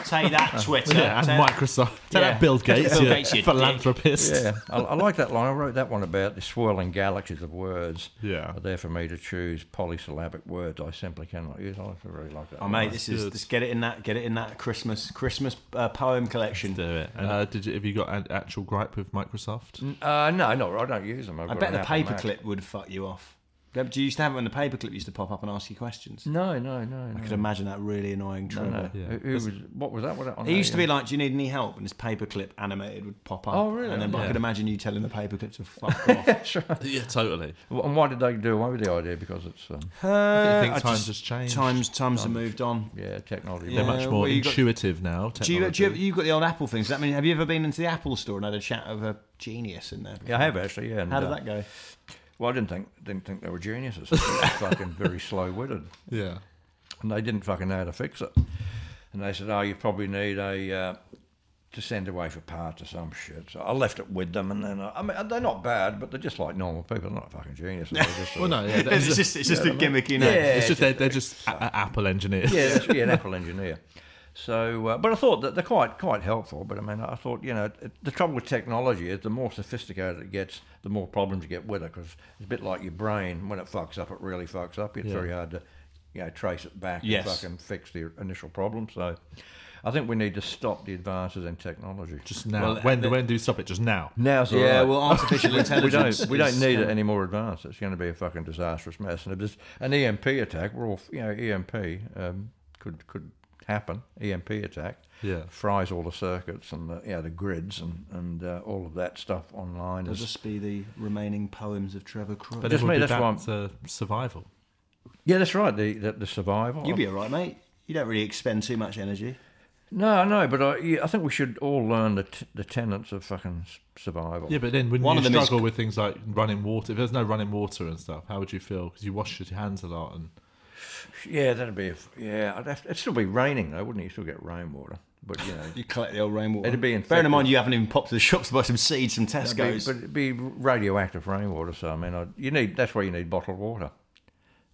Take that, Twitter. Yeah, and Microsoft. Tell Yeah. that Bill Gates, Bill you Gates, you dick. philanthropist. Yeah, I, I like that line. I wrote that one about the swirling galaxies of words. Yeah. Are there for me to choose polysyllabic words I simply cannot use. I really like that. Oh, mate, this is just get it in that, get it in that Christmas Christmas uh, poem collection. Do it. And uh, did you, have you got an actual gripe with Microsoft? Uh, no, no, I don't use them. I've I got bet an the Apple Mac. paperclip would fuck you off. Do you used to have it when the paperclip used to pop up and ask you questions? No, no, no. I no. could imagine that really annoying Trevor. Yeah. Who- who was, what was that? What, It used to be like, "Do you need any help?" And this paperclip animated would pop up. Oh, really? And then but I Yeah. could imagine you telling the paperclip to fuck off. yeah, totally. And why did they do away with the idea? Because it's um, I Uh, think times has changed. Times times have moved on. yeah, technology. Yeah. They're But much Uh, more well, you got- intuitive now. Do you, technology. do you you've got the old Apple things? Does that mean have you ever been into the Apple store and had a chat with a genius in there? Yeah, I have actually. Yeah. and, How did uh, that go? Well, I didn't think didn't think they were geniuses. They were fucking very slow witted. Yeah. and they didn't fucking know how to fix it. And they said, "Oh, you probably need a uh, to send away for parts or some shit." So I left it with them, and then I, I mean, they're not bad, but they're just like normal people. They're not fucking geniuses. They're just, Well, no, yeah. It's, It's just, just it's just a gimmicky Yeah, name. it's just they're, they're just a- a- Apple engineers. yeah, that's, yeah, an Apple engineer. So, uh, but I thought that they're quite quite helpful. But I mean, I thought you know it, the trouble with technology is the more sophisticated it gets, the more problems you get with it because it's a bit like your brain when it fucks up, it really fucks up. It's very hard to you know trace it back Yes. and fucking fix the initial problem. So, I think we need to stop the advances in technology. Just now. when, when do you stop it? Just now. Now's all Yeah, right. well, artificial we intelligence. don't we don't is- need it any more advanced. It's going to be a fucking disastrous mess. And if there's an EMP attack, we're all you know EMP um, could could happen. EMP attack Yeah. fries all the circuits and the yeah the grids and and uh, all of that stuff online. It'll is- just be the remaining poems of Trevor Crook. But Just just me, me, that's back why I'm- to survival. yeah, that's right. The the, the survival. You'll be all right, mate. You don't really expend too much energy. No, I know, but I, yeah, I think we should all learn the, t- the tenets of fucking s- survival. Yeah, but then wouldn't One you of them is- struggle with things like running water? If there's no running water and stuff, how would you feel? Because you wash your hands a lot, and Yeah, that'd be. A, f- yeah, I'd have, it'd still be raining though, wouldn't it? You still get rainwater, but you know, You collect the old rainwater. It'd be Bearing infected. in mind, you haven't even popped to the shops to buy some seeds from that'd be- Tesco's. but it'd be radioactive rainwater. So I mean, I, you need that's why you need bottled water.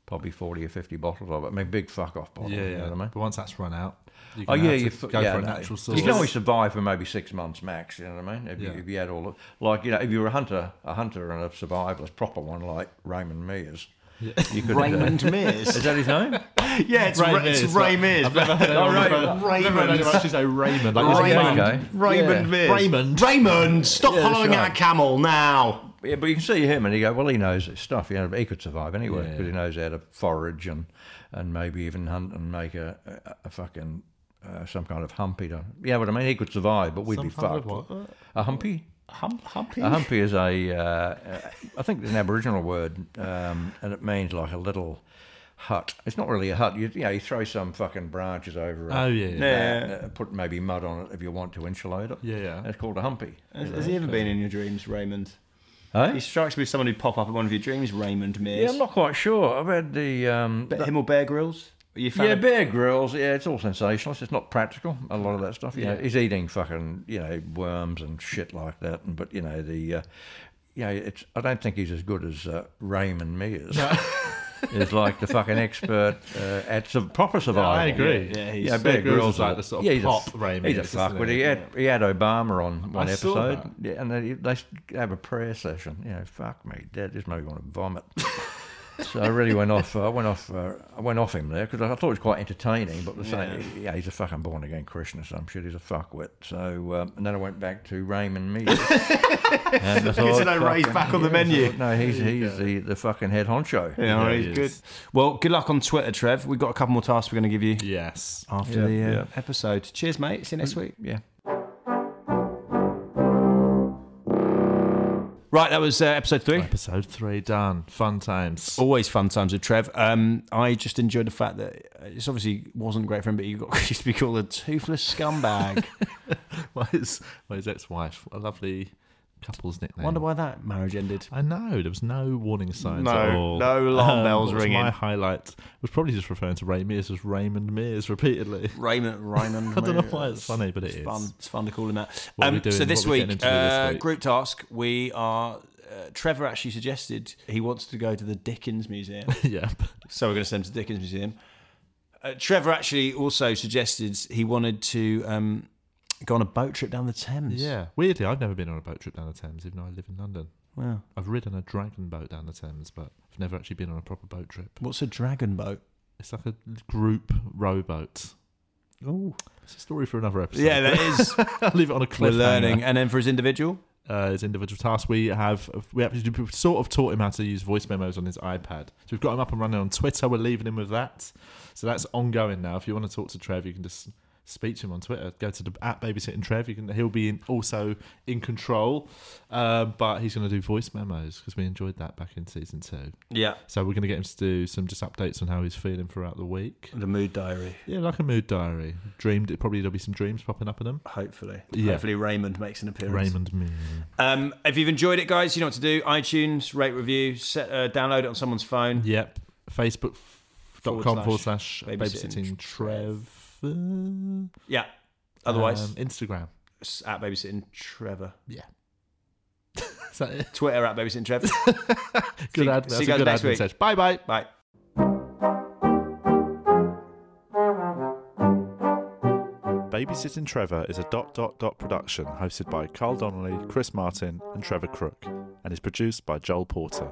Probably forty or fifty bottles of it. I mean, big fuck off bottles. yeah, you know yeah. what I mean? But once that's run out, you're Oh gonna yeah, have to you f- go yeah, for a no. natural source. You can always survive for maybe six months max. You know what I mean? If, Yeah. you, if you had all the like, you know, if you were a hunter, a hunter and a survivalist, proper one like Raymond Mears, you could. Raymond Mears. is that his name? yeah, it's Ray, Mears, it's but Ray Mears. I've never heard anyone refer- Raymond. I've never heard anyone actually say Raymond. Like, it's a Raymond. man. Okay. Raymond Yeah. Mears. Raymond. Raymond, stop following sure. our camel now. Yeah, but you can see him and you go, well, he knows his stuff. You know, he could survive anywhere because he knows how to forage and, and maybe even hunt and make a, a, a fucking uh, some kind of humpy. To, yeah, what I mean, he could survive, but we'd be Some kind fucked. of what? A humpy. Hump, humpy. A humpy is a, uh, uh, I think it's an Aboriginal word, um, and it means like a little hut. It's not really a hut. You, you know, you throw some fucking branches over it. Oh yeah, yeah. Yeah. Uh, put maybe mud on it if you want to insulate it. Yeah, yeah. It's called a humpy. Has, has he ever been in your dreams, Raymond? Eh? He strikes me as someone who pop up in one of your dreams, Raymond Mears. Yeah, I'm not quite sure. I've had the um, But him or Bear Grylls? Are you a fan yeah, of- Bear grills. Yeah, it's all sensationalist. It's not practical. A lot of that stuff. You know, he's eating fucking you know worms and shit like that. And but you know the uh, you know, it's I don't think he's as good as uh, Raymond Mears. Is like the fucking expert uh, at some proper survival. I agree. Yeah, he's- Yeah, Bear Bear Grylls Grylls is like a- the sort of yeah, he's pop a, f- Ray He's a Mears, isn't fuckwit. he? He had, he had Obama on one I saw episode, that. yeah, and they, they have a prayer session. You know, fuck me, Dad, this made me want to vomit. so I really went off. I went off. Uh, I went off him there because I thought it was quite entertaining. But the same, yeah, he's a fucking born again Christian or some shit. He's a fuckwit. So um, and then I went back to Raymond Mears. and I to thought, know Ray's fucking- back on the yeah, I menu. thought, no, he's he's the, the fucking head honcho. Yeah, all right, he's good. Well, good luck on Twitter, Trev. We've got a couple more tasks we're going to give you Yes. after the uh, episode. Cheers, mate. See you Mm. next week. Yeah. Right, that was uh, episode three. Episode three done. Fun times. Oh. Always fun times with Trev. Um, I just enjoyed the fact that it's obviously wasn't great for him, but he got, used to be called a toothless scumbag. Well, his, well, his ex-wife, a lovely couple's nickname. Wonder why that marriage ended. I know there was no warning signs No, at all. no alarm bells what was ringing. My highlight was probably just referring to Ray Mears as Raymond Mears repeatedly. Raymond, Raymond. I don't know why it's funny, but it it's is. fun. It's fun to call him that. Um, What are we doing- so this what are we week, getting into this uh, week? group task, we are. Uh, Trevor actually suggested he wants to go to the Dickens Museum. yeah, So we're going to send him to Dickens Museum. Uh, Trevor actually also suggested he wanted to um, go on a boat trip down the Thames. yeah. Weirdly, I've never been on a boat trip down the Thames, even though I live in London. Wow. I've ridden a dragon boat down the Thames, but I've never actually been on a proper boat trip. What's a dragon boat? It's like a group rowboat. Oh. It's a story for another episode. Yeah, that is. I'll leave it on a cliffhanger. We're learning. And then for his individual, uh, his individual tasks. We have we actually we've sort of taught him how to use voice memos on his iPad. So we've got him up and running on Twitter. We're leaving him with that. So that's ongoing now. If you want to talk to Trev, you can just speak to him on Twitter. Go to the at babysitting Trev. You can he'll be in, also in control, uh, but he's going to do voice memos because we enjoyed that back in season two. yeah, So we're going to get him to do some just updates on how he's feeling throughout the week. the mood diary, Yeah, like a mood diary. Dreamed it probably there'll be some dreams popping up in him. hopefully. Yeah. Hopefully, Raymond makes an appearance. Raymond me. Um, if you've enjoyed it, guys, you know what to do. iTunes, rate, review, set, uh, download it on someone's phone. Yep. Facebook f- Forward dot com slash forward slash babysitting babysitting Trev. Um, Yeah. Otherwise, Instagram. it's at babysitting Trevor. Yeah. Is that it? Twitter at babysitting Trevor. Good you- ad. see That's you guys a good next admin week. session. Bye bye. Bye. Babysitting Trevor is a dot dot dot production hosted by Carl Donnelly, Chris Martin, and Trevor Crook, and is produced by Joel Porter.